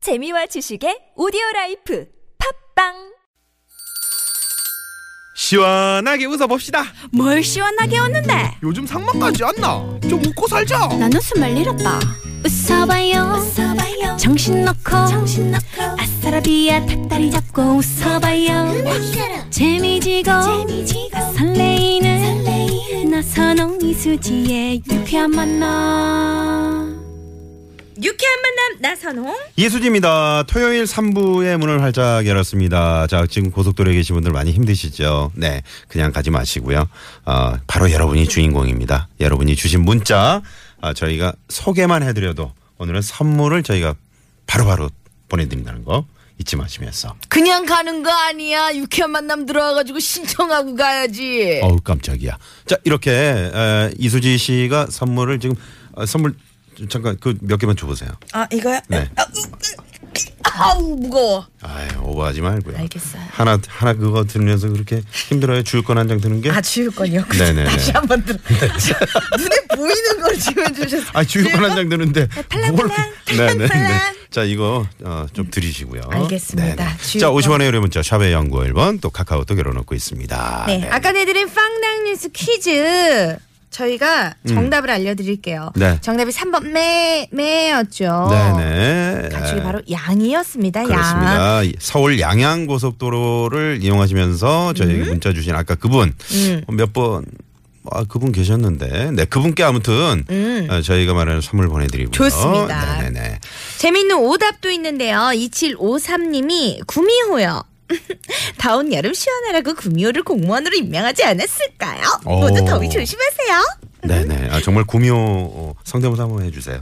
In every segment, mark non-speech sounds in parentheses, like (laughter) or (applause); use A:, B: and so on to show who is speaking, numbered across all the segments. A: 재미와 지식의 오디오 라이프 팝빵
B: 시원하게 웃어봅시다.
C: 뭘 시원하게 웃는데
B: 요즘 상만까지 안 나. 좀 웃고 살자.
C: 난 웃음을 잃었다 웃어봐요, 정신 놓고 아싸라비아 닭다리 잡고 웃어봐요 재미지고, 설레이는, 나선홍 이수지의 유쾌한 만남
A: 유쾌한 만남 나선홍
D: 이수지입니다. 토요일 3부의 문을 활짝 열었습니다. 자, 지금 고속도로에 계신 분들 많이 힘드시죠? 네. 그냥 가지 마시고요. 어, 바로 여러분이 주인공입니다. 여러분이 주신 문자, 아, 저희가 소개만 해드려도 오늘은 선물을 저희가 바로바로 보내드린다는 거 잊지 마시면서.
E: 그냥 가는 거 아니야. 유쾌한 만남 들어와가지고 신청하고
B: 네.
E: 가야지.
D: 어우, 깜짝이야. 자, 이렇게, 에, 이수지 씨가 선물을 지금, 어, 선물, 잠깐 그 몇 개만 줘보세요.
E: 아 이거야?
D: 네.
E: 아우
C: 뭐,
E: 무거워.
D: 아유, 오버하지 말고요.
E: 알겠어요.
D: 하나 하나 그거 들으면서 그렇게 힘들어요. 줄 건 한 장 드는 게.
E: 아 지우건이요.
C: (laughs)
D: 네네네.
E: 다시 한번 들어. 눈에 보이는 걸 지워주셨어.
D: 아, 줄 건 한 장 드는데.
E: 네, 팔랑팔랑,
D: 뭘- 네네네.
E: 팔랑팔랑.
D: 자, 이거 어, 좀 드리시고요.
E: 알겠습니다.
D: 네네.
E: 줄
D: 자,
E: 건.
D: 50원의 유료 문자 샵의 연구 1번 또 카카오톡 열어놓고 있습니다.
C: 네,
D: 네.
C: 아까 내드린 빵당뉴스 퀴즈 저희가 정답을 알려드릴게요
D: 음. 네.
C: 정답이 3번 매, 매였죠
D: 네네.
E: 어,
C: 가축이 바로 양이었습니다 양
D: 그렇습니다. 서울 양양 고속도로를 이용하시면서 저희에게
C: 음.
D: 문자 주신 아까 그분 몇 번. 아, 그분 계셨는데. 네, 그분께 아무튼 어, 저희가 말하는 선물 보내드리고요.
C: 음. 좋습니다.
D: 네네네.
C: 재미있는 오답도 있는데요. 2753님이 구미호요. (laughs) 다운 여름 시원하라고 구미호를 공무원으로 임명하지 않았을까요?
D: 오.
C: 모두 더위 조심하세요.
D: 네네. 아, 정말 구미호 어, 성대모사 한번
C: (laughs)
D: 해주세요.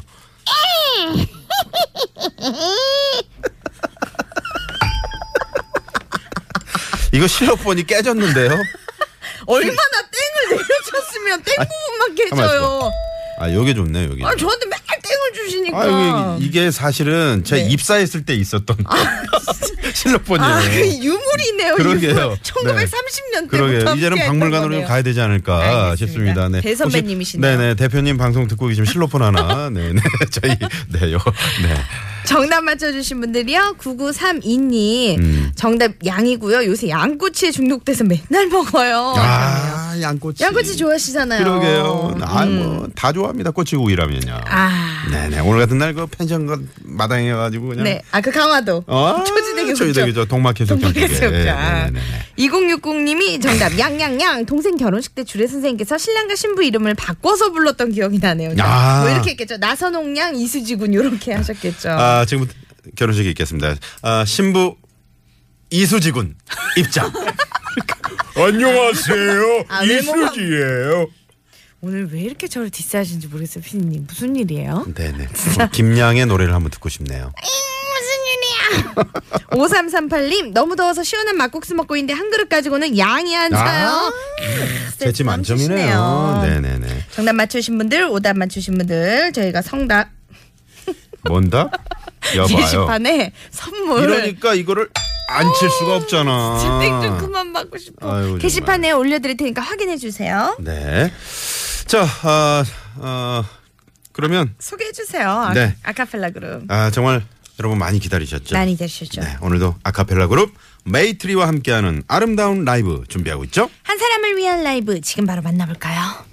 D: 이거 실로폰이 깨졌는데요.
E: 얼마나 땡을 내려쳤으면 땡 부분만 깨져요.
D: 아, 요게 좋네, 요게.
C: 어,
E: 아 저한테 맨날 땡을 주시니까.
C: 그러니까.
D: 아, 이게, 이게 사실은 제
E: 네.
D: 입사했을 때 있었던 (laughs) 실로폰이에요.
E: 아, 그 유물이네요.
D: 그러게요.
E: 유물.
D: 네.
E: 1930년대.
D: 그러게요. 이제는 박물관으로 좀 가야 되지 않을까
E: 알겠습니다.
D: 싶습니다. 네.
E: 대선배님이시네요.
D: 혹시- 네네. 대표님 방송 듣고 계시면 실로폰 하나. 네네. (laughs) 저희, 네요. 네.
C: 정답 맞춰주신 분들이요. 9932님.
D: 음.
C: 정답 양이고요. 요새 양꼬치에 중독돼서 맨날 먹어요.
D: 아, 양꼬치.
C: 양꼬치 좋아하시잖아요. 음.
D: 그러게요. 아, 뭐, 다 좋아합니다. 꼬치구이라면요.
C: 아.
D: 네네. 오늘 같은 날 그 펜션 그 마당에 가가지고 그냥.
C: 네. 아, 그 강화도.
D: 어?
C: 초지대교
D: 초지대교 동막해수욕장. 쪽에. 예,
C: 동막해수욕장.
D: 네네네.
C: 2060님이 정답 양양양 동생 결혼식 때 주례 선생님께서 신랑과 신부 이름을 바꿔서 불렀던 기억이 나네요.
D: 아.
C: 뭐 이렇게 했겠죠. 나선홍 양 이수지군 이렇게 하셨겠죠.
D: 아, 지금부터 결혼식이 있겠습니다. 아, 신부 이수지군 (laughs) 입장. 안녕하세요.
C: 아, 외모가-
D: 이수지예요.
C: 오늘 왜 이렇게 저를 디스하시는지 모르겠어요, 피디님.
D: (laughs)
C: 무슨 일이에요?
D: 네네. 어, 김양의 노래를 한번 듣고 싶네요.
C: (laughs) 5338님 너무 더워서 시원한 막국수 먹고 있는데 한 그릇 가지고는 양이 안
D: 아,
C: 사요.
D: 재치 만점이네요. 네네네.
C: 정답 맞추신 분들, 오답 맞추신 분들 저희가 성답
D: 뭔다?
C: (laughs)
D: 여봐요.
C: 게시판에 선물
D: 이러니까 이거를 안 칠 수가 없잖아.
C: 진땡 좀 그만 받고 싶어.
D: 아이고, 정말.
C: 게시판에 올려드릴 테니까 확인해 주세요.
D: 네. 자, 아, 아, 그러면
C: 소개해 주세요. 아,
D: 네.
C: 아카펠라 그룹
D: 아, 정말 여러분 많이 기다리셨죠?
C: 많이 되시죠.
D: 네, 오늘도 아카펠라 그룹 메이트리와 함께하는 아름다운 라이브 준비하고 있죠?
C: 한 사람을 위한 라이브 지금 바로 만나볼까요?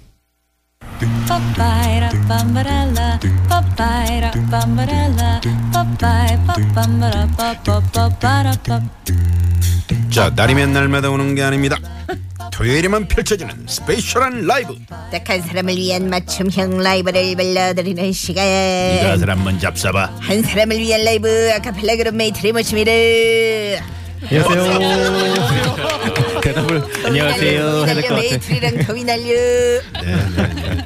F: Papaya, bambarella, papaya, bambarella, papaya, bambarella, papaya, papaya.
D: 자, 날이면 날마다 오는 게 아닙니다. 토요일에만 펼쳐지는 스페셜한 라이브.
C: 딱한 사람을 위한 맞춤형 라이브를 불러드리는 시간.
D: 사람 먼저 잡숴봐.
C: 한 사람을 위한 라이브 아카펠라 그룹 메이트리 모시미를
G: 대답을 안녕하세요 해야 될
C: 날려
G: 것 같아.
C: 메이트리랑 더위 날려. 네.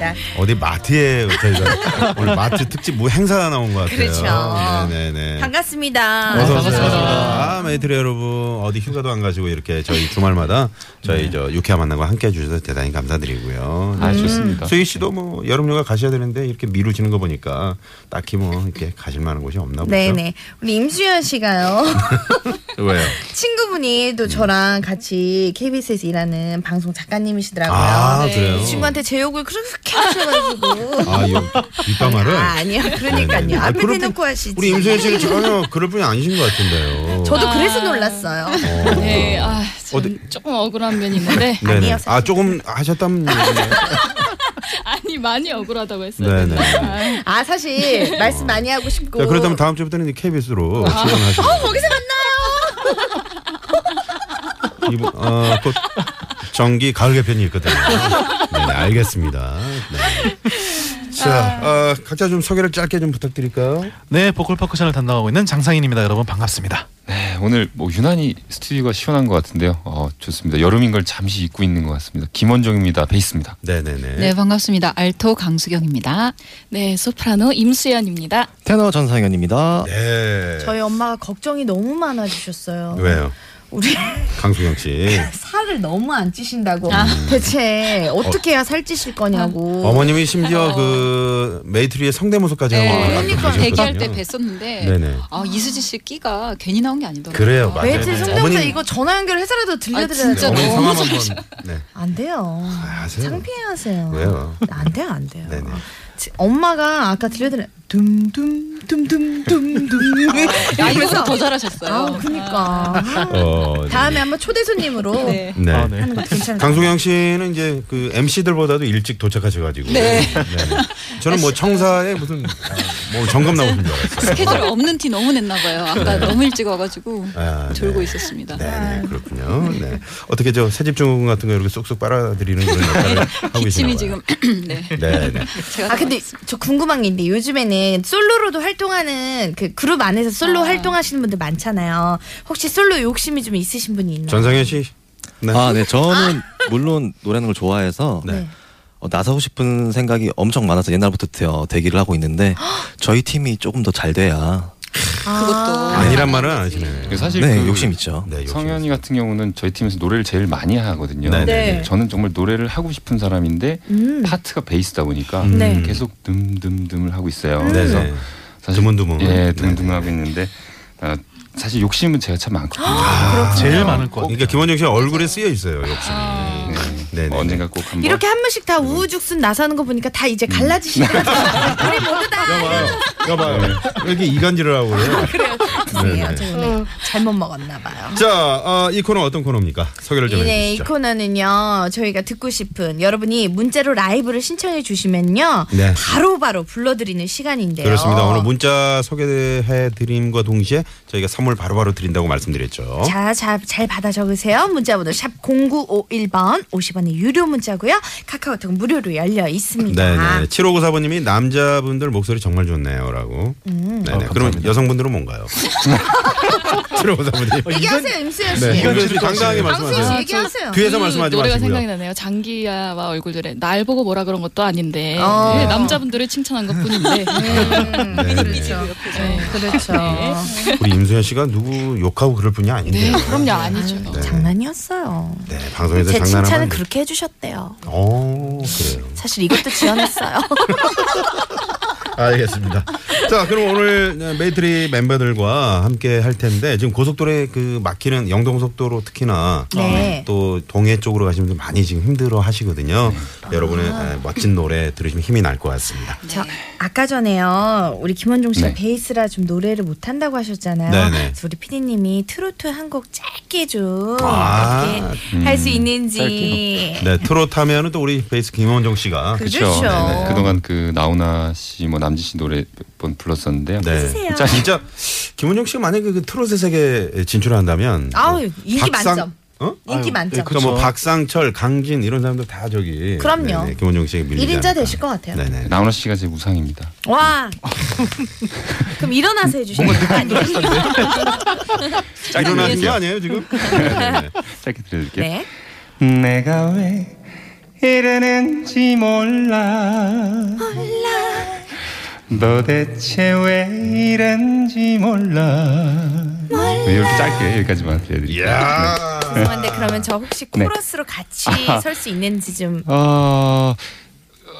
D: 네, 어디 마트에 저희가 오늘 마트 특집 뭐 행사 나온 것 같아요.
C: 그렇죠.
D: 네네네.
C: 반갑습니다.
D: 어서 오세요. 아, 메이트리 여러분 어디 휴가도 안 가시고 이렇게 저희 주말마다 저희 저 유쾌한 만남과 함께 해주셔서 대단히 감사드리고요.
G: 네.
D: 네.
G: 아 좋습니다.
D: 수희 씨도 뭐 여름휴가 가셔야 되는데 이렇게 미루시는 거
C: 네,
D: 보니까 딱히 뭐 이렇게 가실 만한 곳이 없나 보죠.
C: 네네. 우리 임수연 씨가요.
D: (laughs) 왜요?
C: 친구분이 또 저랑 같이 KBS에서 일하는 방송 작가님이시더라고요.
D: 아,
C: 네.
D: 그래요?
C: 이 친구한테 제 욕을 그렇게 하셔가지고.
D: 아, 이거 뒷담화를?
C: 아, 아니요. 그러니까요.
D: 네네네. 아,
C: 앞에
D: 그럴
C: 대놓고
D: 뿐-
C: 하시지.
D: 우리 임소연 씨가 전혀 그럴 분이 아니신 것 같은데요.
C: 저도 그래서 놀랐어요.
D: 어.
F: 네, 아, 참
D: 어디-
F: 조금 억울한 면이 있는데 (laughs)
D: 네네.
C: 아니요,
D: 아, 조금
C: (laughs)
D: 하셨다면.
F: 아니 많이 억울하다고 했어요.
D: 네네. 자,
C: 아, 사실 말씀 많이 하고 싶고. 아.
D: 그렇다면 다음 주부터는 이제 KBS로 출연하시고. 어, 거기서 만나요! (laughs) 이분, 어, 곧 정기 가을 개편이
C: (laughs)
D: 있거든요. 네, 알겠습니다. 네.
C: 아.
D: 자, 어, 각자 좀 소개를 짧게 좀 부탁드릴까요?
G: 네, 보컬 퍼커션을 담당하고 있는 장상인입니다. 여러분 반갑습니다.
H: 네, 오늘 뭐 유난히 스튜디오가 시원한 것 같은데요. 어, 좋습니다. 여름인 걸 잠시 잊고 있는 것 같습니다. 김원정입니다. 베이스입니다.
D: 네네네.
I: 네, 반갑습니다. 알토 강수경입니다.
F: 네, 소프라노 임수연입니다.
G: 테너 전상현입니다.
D: 네.
C: 저희 엄마가 걱정이 너무 많아주셨어요.
D: 왜요?
C: 우리 (laughs)
D: 강수경 씨.
C: 살을 너무 안 찌신다고. 대체 어떻게 해야 살 찌실 거냐고.
D: 어머님이 심지어 그 메이트리의 성대모사까지
I: 아. 네,
D: 한번
I: 그러니까
D: 하셨거든요. 네,
I: 대기할 때 뵀었는데
D: 네네.
I: 아, 이수지 씨 끼가 괜히 나온 게 아니더라고요.
D: 그래요, 맞아요.
C: 매일
D: 네.
C: 성대모사
D: 어머님-
C: 이거 전화 연결해서라도
I: 아,
C: 들려드려야
I: 진짜
C: 돼요.
D: 어머니
I: 너무
D: 성함 한번. 네.
C: 안 돼요.
D: 하세요.
C: 창피해 하세요.
D: 왜요?
C: 안 돼요, 안 돼요.
D: 네네.
C: 지- 엄마가 아까 들려드린 둠둠 둠둠 둠둠
I: 야, 이거보다 더
C: 아,
I: 잘하셨어요.
C: 그니까.
D: 어, 네.
C: 다음에 한번 초대 (laughs) 손님으로
I: 네.
D: 네.
G: 아, 네.
C: 하는 것도 괜찮을 것
D: 강수경 씨는 이제 그 MC들보다도 일찍 도착하셔가지고.
I: 네.
D: 네. 저는 뭐 청사에 무슨 아, 뭐 점검 나오신 줄 알았어요.
I: 스케줄 없는 티 너무 냈나 봐요. 아까 너무 일찍 와가지고
D: 네. 아, 네.
I: 졸고 아. 있었습니다.
D: 네, 네, 그렇군요. 네. 어떻게 저 새집중 같은 거 이렇게 쑥쑥 빨아들이는 그런 역할을 하고 계시나요?
I: 네. 기침이 지금 (clears throat) 네.
D: 네, 네.
I: 제가
C: 아 근데 저 궁금한 게 있는데 요즘에는 솔로로도 활동하는 그 그룹 안에서 솔로 활동하시는 분들 많잖아요. 혹시 솔로 욕심이 좀 있으신 분이 있나요?
D: 전상현 씨. 네.
J: 아, 네. 저는 물론 노래하는 걸 좋아해서
D: 네.
J: 어, 나서고 싶은 생각이 엄청 많아서 옛날부터 대, 어, 대기를 하고 있는데 저희 팀이 조금 더 잘 돼야
I: 그것도
D: 아니란 말은 안 하시네요.
H: 사실
J: 네,
H: 그
J: 욕심 있죠.
D: 네, 욕심
H: 성현이
D: 있어요.
H: 같은 경우는 저희 팀에서 노래를 제일 많이 하거든요.
D: 네,
C: 네, 네.
H: 저는 정말 노래를 하고 싶은 사람인데
C: 음.
H: 파트가 베이스다 보니까
C: 네.
H: 계속 듬듬듬을 하고 있어요.
D: 음. 네,
H: 그래서
D: 네.
H: 사실
D: 드문드문.
H: 예,
D: 네,
H: 듬듬을
D: 네.
H: 하고 있는데 어, 사실 욕심은 제가 참 많거든요.
D: 아,
G: 제일 많을 것 같아요.
D: 그러니까 김원정 씨 얼굴에 쓰여 있어요, 욕심이.
H: 네,
C: 아.
D: 네, 네.
H: 언젠가 꼭 한번
C: 이렇게 한 분씩
D: 음.
C: 다 우후죽순 나서는 거 보니까 다 이제 갈라지시네. 우리 모두 다
D: 그러니까 봐봐요. 여기 네. 이간질을 하고 (laughs) 그래요.
C: 죄송해요.
D: (laughs) 네네.
C: 저 오늘 잘못 먹었나 봐요.
D: 자, 어, 이 코너 어떤 코너입니까? 소개를 좀
C: 네, 이
D: 해주시죠.
C: 코너는요 저희가 듣고 싶은 여러분이 문자로 라이브를 신청해 주시면요
D: 네.
C: 바로바로 불러드리는 시간인데요.
D: 그렇습니다. 오늘 문자 소개해 드림과 동시에 저희가 선물 바로바로 드린다고 말씀드렸죠.
C: 자, 자, 잘 받아 적으세요. 문자 번호 샵 0951번 50원의 유료 문자고요. 카카오톡 무료로 열려 있습니다.
D: 네네. 7594번님이 남자분들 목소리 정말 좋네요. 라고.
C: 음.
D: 네네.
G: 어,
D: 그럼
G: 감사합니다.
D: 여성분들은 뭔가요? (laughs) 7594번님.
C: 얘기하세요, 임수연 씨.
D: 네. 어, 이건
G: 이건
D: 좀 당당하게
C: 강수연 씨
D: 말씀하세요.
C: 얘기하세요. 음,
D: 뒤에서
F: 그
D: 말씀하지
F: 노래가
D: 마시고요.
F: 생각이 나네요. 장기야와 얼굴들에 날 보고 뭐라 그런 것도 아닌데
C: 어.
F: 네, 남자분들을 칭찬한 것뿐인데
D: (laughs)
C: 음,
D: 네,
C: 그렇죠.
F: 네.
C: 그렇죠.
D: 우리 임수현 씨가 누구 욕하고 그럴 분이 아닌데요.
F: 네, 그럼요 아니죠.
D: 네.
C: 장난이었어요.
D: 네, 방송에서
C: 제
D: 장난하면
C: 칭찬을
D: 안 돼.
C: 그렇게 해주셨대요.
D: 어, 그래요.
C: 사실 이것도 지원했어요.
D: 알겠습니다. 자, 그럼 오늘 메이트리 멤버들과 함께 할 텐데 지금 고속도로에 그 막히는 영동속도로 특히나
C: 네.
D: 또 동해 쪽으로 가시는 분들 많이 지금 힘들어 하시거든요.
C: 네.
D: 여러분의
C: 아.
D: 에, 멋진 노래 들으시면 힘이 날 것 같습니다.
C: 저 아까 전에요 우리 김원종 씨가
H: 네.
C: 베이스라 좀 노래를 못 한다고 하셨잖아요.
D: 네네.
C: 그래서 우리 피디님이 트로트 한 곡 짧게 좀
D: 아,
C: 어떻게 할 수 있는지.
D: 네, 트로트 하면은 또 우리 베이스 김원정 씨가
H: 그렇죠.
C: 그렇죠.
H: 그동안 그 나훈아 씨, 뭐 남진 씨 노래 몇 번 불렀었는데요.
D: 네. 자, 진짜 김원정 씨가 만약에 그 트로트 세계에 진출한다면
C: 아우,
D: 뭐
C: 인기 만점.
D: 어?
C: 인기
H: 예,
C: 만점.
D: 그러니까 뭐 박상철, 강진 이런 사람들 다 저기
C: 그럼요.
D: 네네, 김원정 씨에게 밀리지
C: 일인자
D: 않을까.
C: 되실 것 같아요.
D: 네네.
H: 나훈아 씨가 제 우상입니다.
C: (laughs) 와. 그럼 일어나서 해주시면
D: 일어나는 게 아니에요 지금? 네네.
H: 짧게 들려드릴게요.
C: 네.
G: 내가 왜 이러는지 몰라. 도대체 왜 이런지 몰라.
H: 네, 이렇게 짧게 여기까지만
D: (laughs)
H: 들려드릴게요.
D: 이야.
C: 죄송한데 그러면 저 혹시
H: 네.
C: 코러스로 같이 설 수 있는지 좀.
H: 어,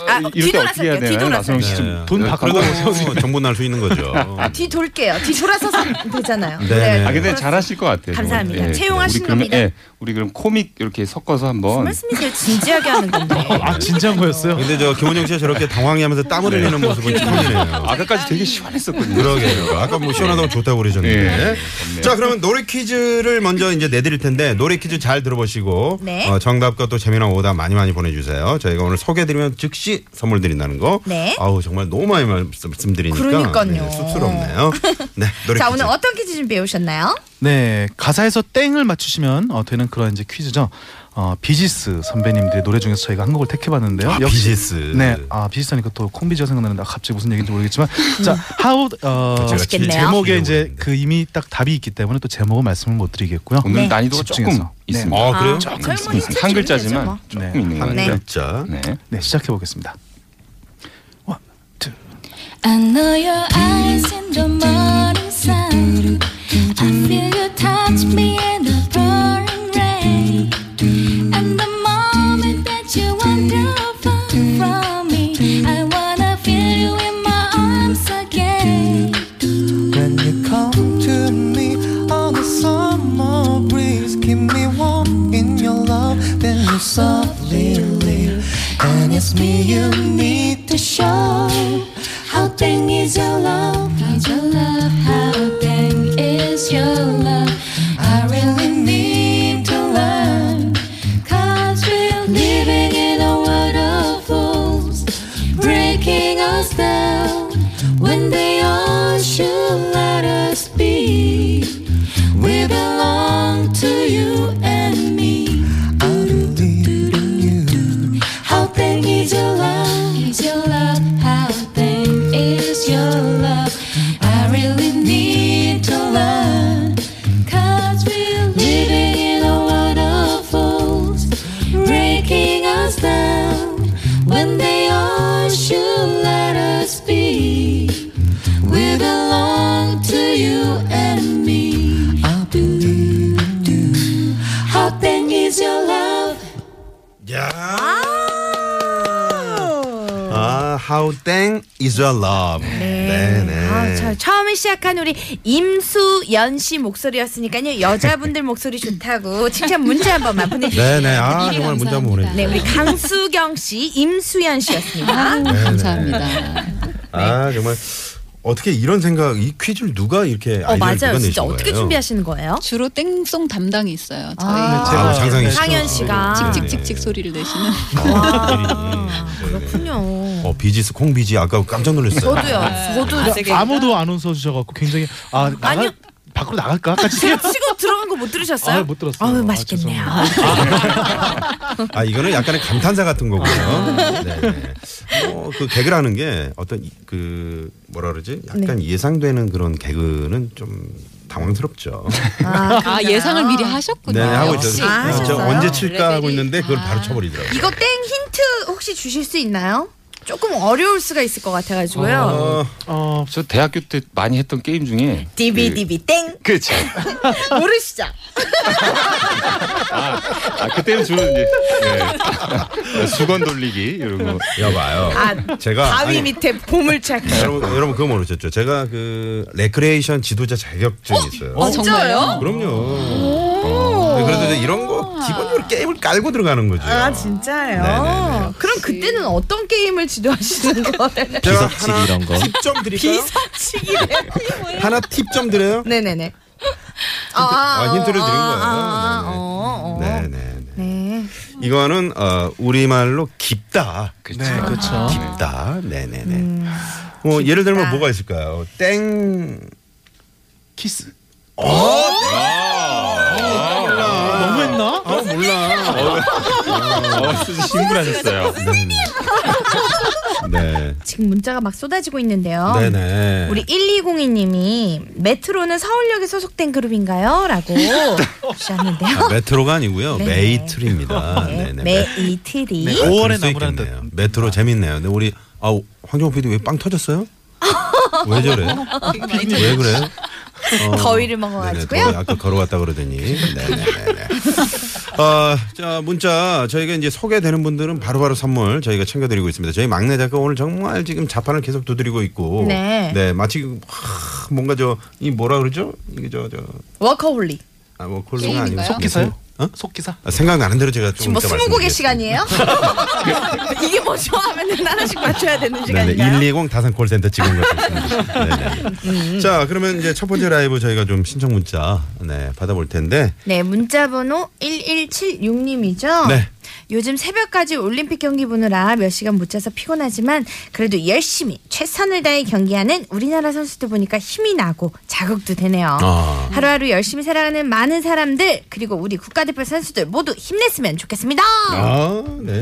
C: 아,
H: 이럴 때
C: 뒤돌아서
H: 어떻게 해야
C: 할게요.
H: 되나요?
C: 뒤돌아서
H: 나선홍 씨
D: 네.
H: 지금 돈 네, 바꾸고
D: 그리고 정보 날 수 있는 (laughs) 거죠.
C: 뒤돌게요.
H: (laughs)
C: 뒤돌아서 사- 되잖아요.
D: 네.
H: 아 근데
C: 그래서-
H: 잘하실 것 같아요. 네.
C: 감사합니다.
H: 정말.
C: 채용하신
H: 우리 그러면,
C: 겁니다.
H: 예, 우리 그럼 코믹 이렇게 섞어서 한번
C: 말씀이세요? 진지하게 하는
H: (laughs)
C: 건데.
G: 아 진지한 거였어요?
D: 근데 저 김원영 씨가 저렇게 당황해하면서 땀을 흘리는 모습은 처음이네요.
H: 아까까지 되게 시원했었거든요.
D: 그러게요. 아까 뭐 시원하다고 좋다고 그러셨는데.
H: 네.
D: 자, 그러면 노래 퀴즈를 먼저 이제 내드릴 텐데 노래 퀴즈 잘 들어보시고
C: 네.
D: 어, 정답과 또 재미난 오답 많이 많이 보내주세요. 저희가 오늘 소개드리면 즉시 선물 드린다는 거.
C: 네.
D: 아우 정말 너무 많이 말씀드리니까
C: 그러니까요.
D: 네, 쑥스럽네요. 네, 노래
C: 자
D: 퀴즈.
C: 오늘 어떤 퀴즈 준비해 오셨나요?
G: 네 가사에서 땡을 맞추시면 어, 되는 그런 이제 퀴즈죠. 어, 비지스 선배님들의 노래 중에서 저희가 한 곡을 택해봤는데요.
D: 아, 비지스.
G: 네, 아 비지스하니까 또 콩비지가 생각나는데 아, 갑자기 무슨 얘기인지 모르겠지만 자
C: 음.
G: 하우 어,
D: 제가
C: 맛있겠네요.
G: 제목에
D: 기억이
G: 이제
D: 없는데.
G: 그 이미 딱 답이 있기 때문에 또 제목은 말씀을 못 드리겠고요.
H: 오늘
C: 네.
H: 난이도가 조금
G: 집중해서.
H: 있습니다.
D: 아, 그래요?
C: 젊은이
H: 조금 있습니다. 음, 한
C: 찾으면
H: 글자지만
C: 되죠, 뭐.
H: 조금
G: 네.
H: 있는 것
D: 한
C: 네.
H: 같아요.
D: 글자.
H: 네.
G: 네 시작해 보겠습니다.
F: I know your eyes in the morning sun. I feel you touch me in the pouring rain. And the moment that you wander far from me, I wanna feel you in my arms again.
B: When you come to me on a summer breeze, keep me warm in your love, then you softly leave. And it's me you need.
F: To show how thing is your love, how your love, how thing is your love. I really need to learn, cause we're living in a world of fools, breaking us down when they all should let us be. We belong to you and me. How thing is your love? Is your love? How thing is your love? I really need to learn. Cause we're living in a world of fools, breaking us down when they all should let us be. We belong to you and me. Do, do. How thing is your love?
D: 야. 아, how thing is your love. 네, 네.
C: 아, 저, 처음에 시작한 우리 임수연 씨 목소리였으니까요. 여자분들 목소리 좋다고 칭찬 문자 한 번만 보내주세요.
D: 네, 네. 아,
F: 미리
D: 정말 문자 한번 보내.
F: 감사합니다.
C: 네, 우리 강수경 씨, 임수연
G: 아.
C: 씨였습니다.
D: 네.
F: 감사합니다.
C: 네.
D: 아, 정말 어떻게 이런 생각 이 퀴즈를 누가 이렇게
C: 어,
D: 아이디어를 누가
C: 맞아요.
D: 내신
C: 진짜 어떻게
D: 거예요?
C: 준비하시는 거예요?
I: 주로 땡송 담당이 있어요. 저희
C: 아.
D: 아, 장상희 씨.
C: 상현
D: 아,
C: 씨가.
D: 네.
F: 아.
I: 칙칙칙칙 소리를 내시는.
C: 그렇군요.
D: 아, 어, 비지스 콩비지 아까 깜짝 놀랐어요.
C: 저도요. 저도
G: 아무도 안 웃어 주셔갖고 굉장히 아 나가,
C: 아니요.
G: 밖으로 나갈까? 아까 진짜
C: 제가 치고 들어간 거 못 들으셨어요?
G: 아, 못 들었어요.
C: 아유,
G: 아,
C: 맛있겠네요.
D: 아 이거는 약간의 감탄사 같은 거고요.
C: 아.
D: 네. 어, 그 개그라는 게 어떤 이- 그 뭐라 그러지?
C: 네.
D: 약간 예상되는 그런 개그는 좀
C: (laughs)
D: 당황스럽죠.
C: 아,
I: 아 예상을 미리 하셨군요.
D: 네, 하고
I: 역시.
D: 있었어요.
C: 아,
F: 그렇죠.
D: 저
C: 하셨어요?
D: 언제 칠까 하고
I: 레벨이.
D: 있는데 그걸
I: 아.
D: 바로 쳐버리더라고요.
C: 이거 땡 힌트 혹시 주실 수 있나요? 조금 어려울 수가 있을 것
D: 어,
C: 같아가지고요.
G: 어
H: 저 대학교 때 많이 했던 게임 중에
D: 네.
C: 디비디비 땡
H: 그, 그쵸.
C: 모르시죠?
H: 아 그때는 주로 이제 네. 수건 돌리기 이런 거. 어,
D: 여봐요.
C: 아,
D: 제가 아니,
C: 밑에 보물찾기.
D: 여러분 여러분 그거 모르셨죠? 제가 그 레크레이션 지도자 자격증이 있어요.
I: 어, 정말요?
D: 그럼요. 어. 네, 그래서 이제 이런 거 기본적으로 게임을 깔고 들어가는 거죠.
C: 아 진짜요?
D: 네네네.
C: 그럼 그때는 어떤 게임을 지도하시는 거예요?
D: 제가
J: 비석치기
D: 하나
J: 이런 거.
D: 팁좀 드릴까요?
C: 비석치기래.
D: (laughs) 하나 팁 좀 드려요?
C: 네네네.
D: 아, 힌트를 드린 거예요.
C: 아,
D: 네네.
C: 어, 어.
D: 네, 네, 네.
C: 네.
D: 이거는 어, 우리말로 깊다.
H: 그쵸.
G: 네, 그렇죠.
D: 깊다. 네, 네, 네.
C: 음,
D: 뭐 예를 들면 뭐가 있을까요? 땡.
G: 키스.
D: 너무했나? 아, 몰라.
H: 어, 신분하셨어요.
D: 네.
C: 지금 문자가 막 쏟아지고 있는데요.
D: 네, 네.
C: 어, 우리 1202님이 메트로는 서울역에 소속된
D: (laughs)
C: 그룹인가요? 라고
D: 아,
C: 주셨는데요.
D: 메트로가 아니고요.
C: 네.
D: 메이트리입니다. 네,
C: 네,
D: 네.
C: 메이트리.
G: 네.
D: 오
G: 오월의 나무라는
D: 메트로 재밌네요. 근데 우리 아, 황정호 PD 왜 빵
C: (laughs)
D: 터졌어요? 왜 저래?
F: 아, 그렇죠.
D: 왜 그래요? 어, 네네,
C: 더위를 먹어가지고요.
D: 더위 아까 걸어갔다 그러더니. 네, 네네네. 어, 자, 문자 저희가 이제 소개되는 분들은 바로바로 선물 저희가 챙겨드리고 있습니다. 저희 막내 작가 오늘 정말 지금 자판을 계속 두드리고 있고.
C: 네.
D: 마치 그, 하, 뭔가 저 이 뭐라 그러죠? 이게 저 저.
C: 워커홀리.
D: 아, 뭐 콜로가 아니고
I: 게임인가요?
G: 속기사요?
D: 어?
G: 속기사?
D: 아, 생각나는 대로 제가 조금
C: 지금 뭐
D: 이따
C: 스무고개
D: 말씀드리겠습니다. (laughs)
C: 시간이에요? 이게 뭐 좋아하면 하나씩 맞춰야 되는
D: 네네,
C: 시간인가요? 음.
D: 120 다산 콜센터 직원 같습니다. 네네. 자, 그러면 이제 첫 번째 라이브 저희가 좀 신청 문자 네, 받아볼 텐데.
C: 네, 문자번호 1176님이죠?
D: 네.
C: 요즘 새벽까지 올림픽 경기 보느라 몇 시간 못 자서 피곤하지만 그래도 열심히 최선을 다해 경기하는 우리나라 선수들 보니까 힘이 나고 자극도 되네요.
D: 아.
C: 하루하루 열심히 살아가는 많은 사람들 그리고 우리 국가대표 선수들 모두 힘냈으면 좋겠습니다.
D: 아, 네.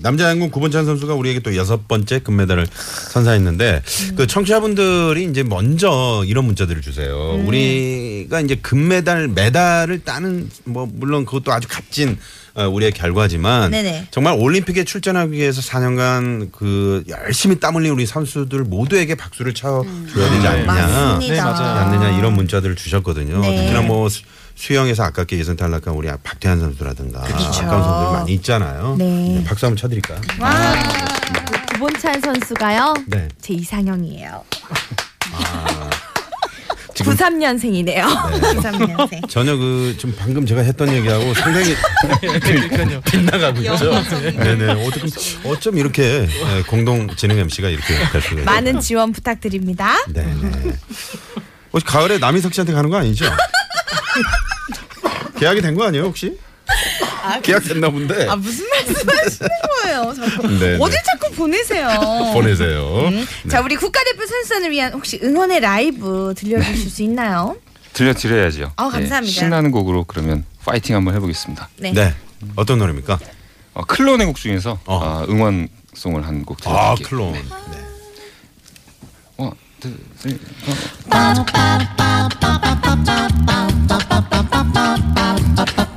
D: 남자 양궁 구본찬 선수가 우리에게 또 여섯 번째 금메달을 선사했는데 그 청취자분들이 이제 먼저 이런 문자들을 주세요.
C: 네.
D: 우리가 이제 금메달, 메달을 따는 뭐 물론 그것도 아주 값진 어, 우리의 결과지만
C: 네네.
D: 정말 올림픽에 출전하기 위해서 4년간 그 열심히 땀 흘린 우리 선수들 모두에게 박수를 쳐 줘야 되지 않느냐.
C: 음, 맞습니다.
G: 네, 맞아요.
D: 하지 않느냐 이런 문자들을 주셨거든요.
C: 네.
D: 특히나 뭐 수- 수영에서 아깝게 예선 탈락한 우리 박태환 선수라든가 아까운 선수들 많이 있잖아요.
C: 그렇죠. 네.
D: 박수 한번 쳐드릴까요?
C: 구본찬 선수가요.
D: 네.
C: 제 이상형이에요. 93년생이네요. (laughs) 93년생.
D: 전혀 그 지금 방금 제가 했던 얘기하고
C: (laughs)
D: 상당히 (laughs) 빗나가고 있죠. 네네. 어쩜, 어쩜 이렇게 네, 공동 진행 MC가 이렇게 될 수가 있어요.
C: 많은 지원 부탁드립니다.
D: 네네. 혹시 가을에 남희석 씨한테 가는 거
C: (laughs)
D: 아니죠? 계약이 된 거 아니에요 혹시? 계약됐나 본데.
C: 아 무슨 말씀하시는 거예요? 자꾸
D: 네, 네.
C: 어딜 자꾸 보내세요.
D: (laughs) 보내세요. 네.
C: 자 우리 국가대표 선수단을 위한 혹시 응원의 라이브
D: 네.
C: 들려주실 수 있나요?
H: 들려드려야죠. 예,
C: 어, 감사합니다.
H: 신나는 곡으로 그러면 파이팅 한번 해보겠습니다.
C: 네.
D: 네. 어떤 노래입니까?
H: 어, 클론의 곡 중에서
D: 어.
H: 어, 응원송을 한 곡
D: 아,
H: 들려드릴게요.
D: 클론. 네.
H: 원, 둘, 셋. 어.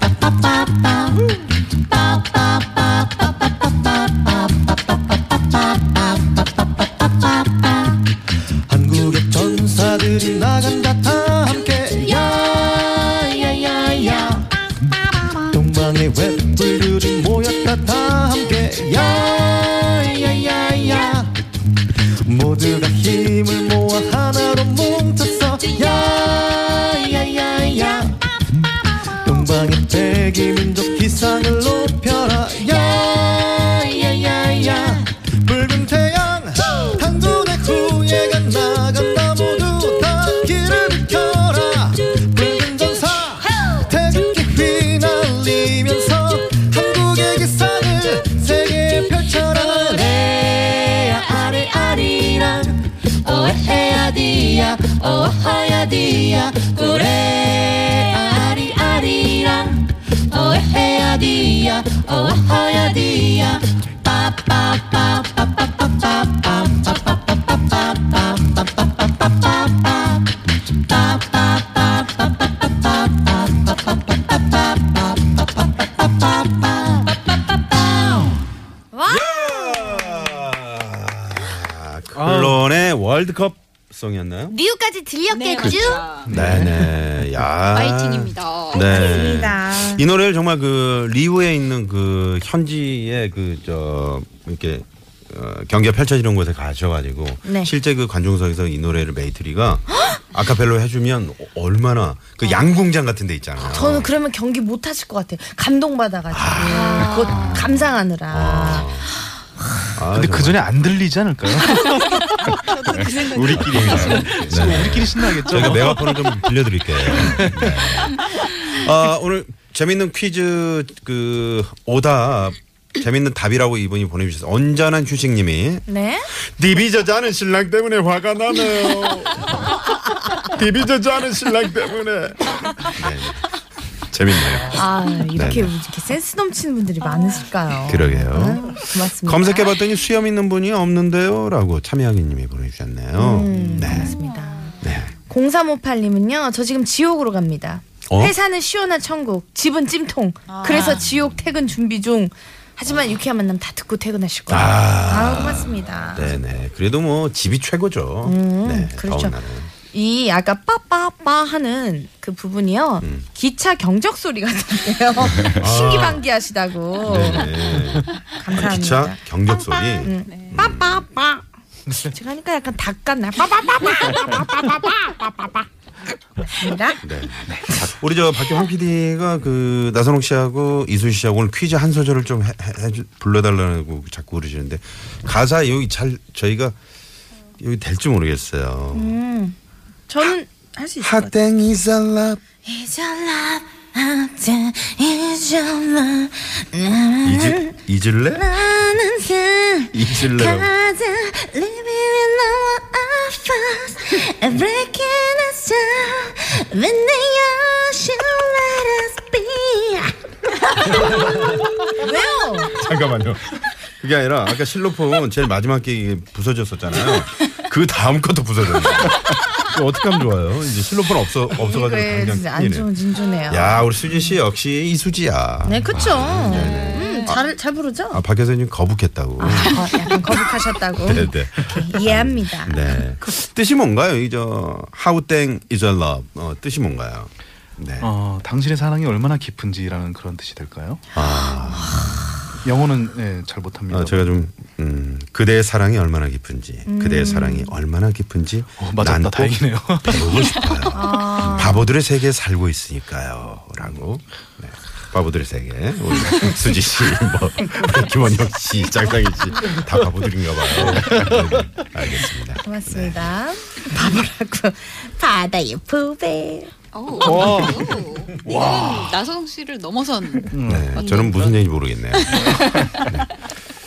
B: 한국의 전사들이 나간다 다 함께 야야야야 동방의 웹블들이 모였다 다 함께 야야야야 모두가 힘을 모아 하나로 뭉쳤어 야야야야 동방의 백이민족 기상을 높여라 야야야야 붉은 태양 한눈에 후예가 나간다 모두 다 길을 비켜라 붉은 전사 태극기 휘날리면서 한국의 기상을 세계에 펼쳐라 레야 아리아리랑 오헤야디야 오하야디야 구레 아리아리랑 오헤야디야 오하야디야
D: 아, 클론의 월드컵 송이었나요?
C: 뉴까지
I: 네, 그렇죠.
C: 들렸겠죠?
D: 네네. 야.
I: 파이팅입니다.
D: 아. 네.
C: 파이팅입니다.
D: 이 노래를 정말 그 리우에 있는 그 현지의 그 저 이렇게 어, 경기가 펼쳐지는 곳에 가셔가지고
C: 네.
D: 실제 그 관중석에서 이 노래를 메이트리가 (gasps) 아카펠로 해주면 얼마나 그 양궁장 같은 데 있잖아요.
C: 저는 그러면 경기 못 하실 것 같아요. 감동 받아가지고 그거 감상하느라.
D: 아,
G: 근데
D: 정말.
G: 그 전에 안 들리지 않을까요?
D: 우리끼리 (laughs) 네.
G: 우리끼리 신나겠죠.
C: 어.
D: 저희가 메가폰을 좀 빌려드릴게요. 네. 아, 오늘 재밌는 퀴즈 그 오답 재밌는 답이라고 이분이 보내주셨어요. 언짢은 휴식님이
C: 네.
D: 디비저자 않은 신랑 때문에 화가 나네요. 디비저자 않은 신랑 때문에. 네. 재밌네요.
C: 아 이렇게
D: 네네. 아.
C: 이렇게 센스 넘치는 분들이 많으실까요? 아,
D: 그러게요.
C: 고맙습니다.
D: 검색해봤더니 수염 있는 분이 없는데요라고 참여하기님이 보내주셨네요. 네.
C: 음, 맞습니다.
D: 네.
C: 0358님은요, 저 지금 지옥으로 갑니다.
D: 어?
C: 회사는 시원한 천국, 집은 찜통. 그래서 지옥 퇴근 준비 중. 하지만 유쾌한 만남 다 듣고 퇴근하실 거예요.
D: 아.
C: 아, 고맙습니다.
D: 네, 네네. 그래도 뭐 집이 최고죠. 네.
C: 그렇죠.
D: 더운 날은.
C: 이 아까 빠빠빠 하는 그 부분이요.
D: 음.
C: 기차 경적
D: (laughs)
C: 소리 같은데요. 신기방기 하시다고.
D: 네. 네네.
C: 감사합니다.
D: 어. 기차 경적 소리. 네.
C: 응. 빠빠빠. 제가 하니까 약간 닭 같나? 빠빠빠빠빠빠빠빠빠빠빠. 입니다.
D: 네. 우리 저 밖에 황 PD가 그 나선홍 씨하고 이순 씨하고 오늘 퀴즈 한 소절을 좀 해, 해, 해 주- 불러달라고 자꾸 그러시는데 가사 여기 잘 저희가 여기 될지 모르겠어요.
C: 음. 저는 할 수 있을 것 같아요.
D: 핫땡이 살랍
C: Is your love, after is your love, 나는
D: 잊을 잊을래?
C: 나는 그
D: 잊을래?
C: 가자, living in our office, breaking us down, when the ocean let us be. (laughs) 왜요?
D: 잠깐만요. 그게 아니라 아까 실로폰 제일 마지막 게 부서졌었잖아요. 그 다음 것도 부서졌어요.
C: (laughs)
D: 어떻게 하면 좋아요? 이제 실로폰 없어 없어가지고
C: 음, 그래,
D: 당장
C: 진짜 안
D: 큰일이에요.
C: 좋은 진조네요.
G: 아.
D: 야 우리 수진 씨 역시 이수지야.
C: 네, 그쵸. 음, 잘, 잘 부르죠?
D: 아, 박 교수님 거북했다고.
G: 아.
C: 어, 약간 거북하셨다고.
D: (laughs) 네, 네.
C: 이해합니다.
D: 네. 뜻이 뭔가요? 이저 How Thank Is a Love 어, 뜻이 뭔가요? 네.
G: 어, 당신의 사랑이 얼마나 깊은지라는 그런 뜻이 될까요?
D: 아,
G: 영어는 예, 잘 못합니다.
D: 어, 제가 좀 음, 그대의 사랑이 얼마나 깊은지, 그대의 사랑이 얼마나 깊은지
G: 음. 어, 맞았다.
D: 꼭
G: 다행이네요. (laughs) 아.
D: 배우고 싶어요. 바보들의 세계에 살고 있으니까요.라고. 네. 바보들의 세계 우리 수지 씨, 뭐 우리 김원영 씨, 짱짱이 씨 다 바보들인가 봐요. 네, 네. 알겠습니다. 네.
C: 고맙습니다. 바보라고 바다의 부배.
I: 오.
G: 와.
I: 와. 나선홍 씨를 넘어선
D: 네, 저는 무슨 얘기인지 모르겠네요.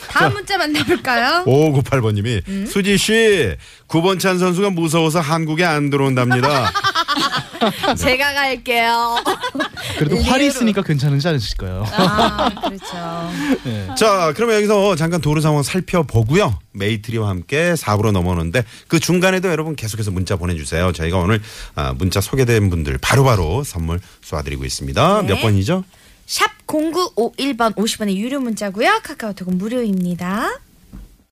C: 다음 문자 만나볼까요?
D: 5598번님이 수지 씨 9번 찬 선수가 무서워서 한국에 안 들어온답니다. 어.
E: 제가 갈게요.
G: 그래도 활이 있으니까 괜찮은지 않으실까요?
C: 아, 그렇죠.
G: 예.
D: 자, 그러면 여기서 잠깐 도로 상황 살펴보고요. 메이트리와 함께 4부로 넘어오는데 그 중간에도 여러분 계속해서 문자 보내주세요. 저희가 오늘 아, 문자 소개된 분들 바로바로 선물 쏴드리고 있습니다.
C: 네.
D: 몇 번이죠?
C: 샵 0951번 50원의 유료 문자고요. 카카오톡은 무료입니다.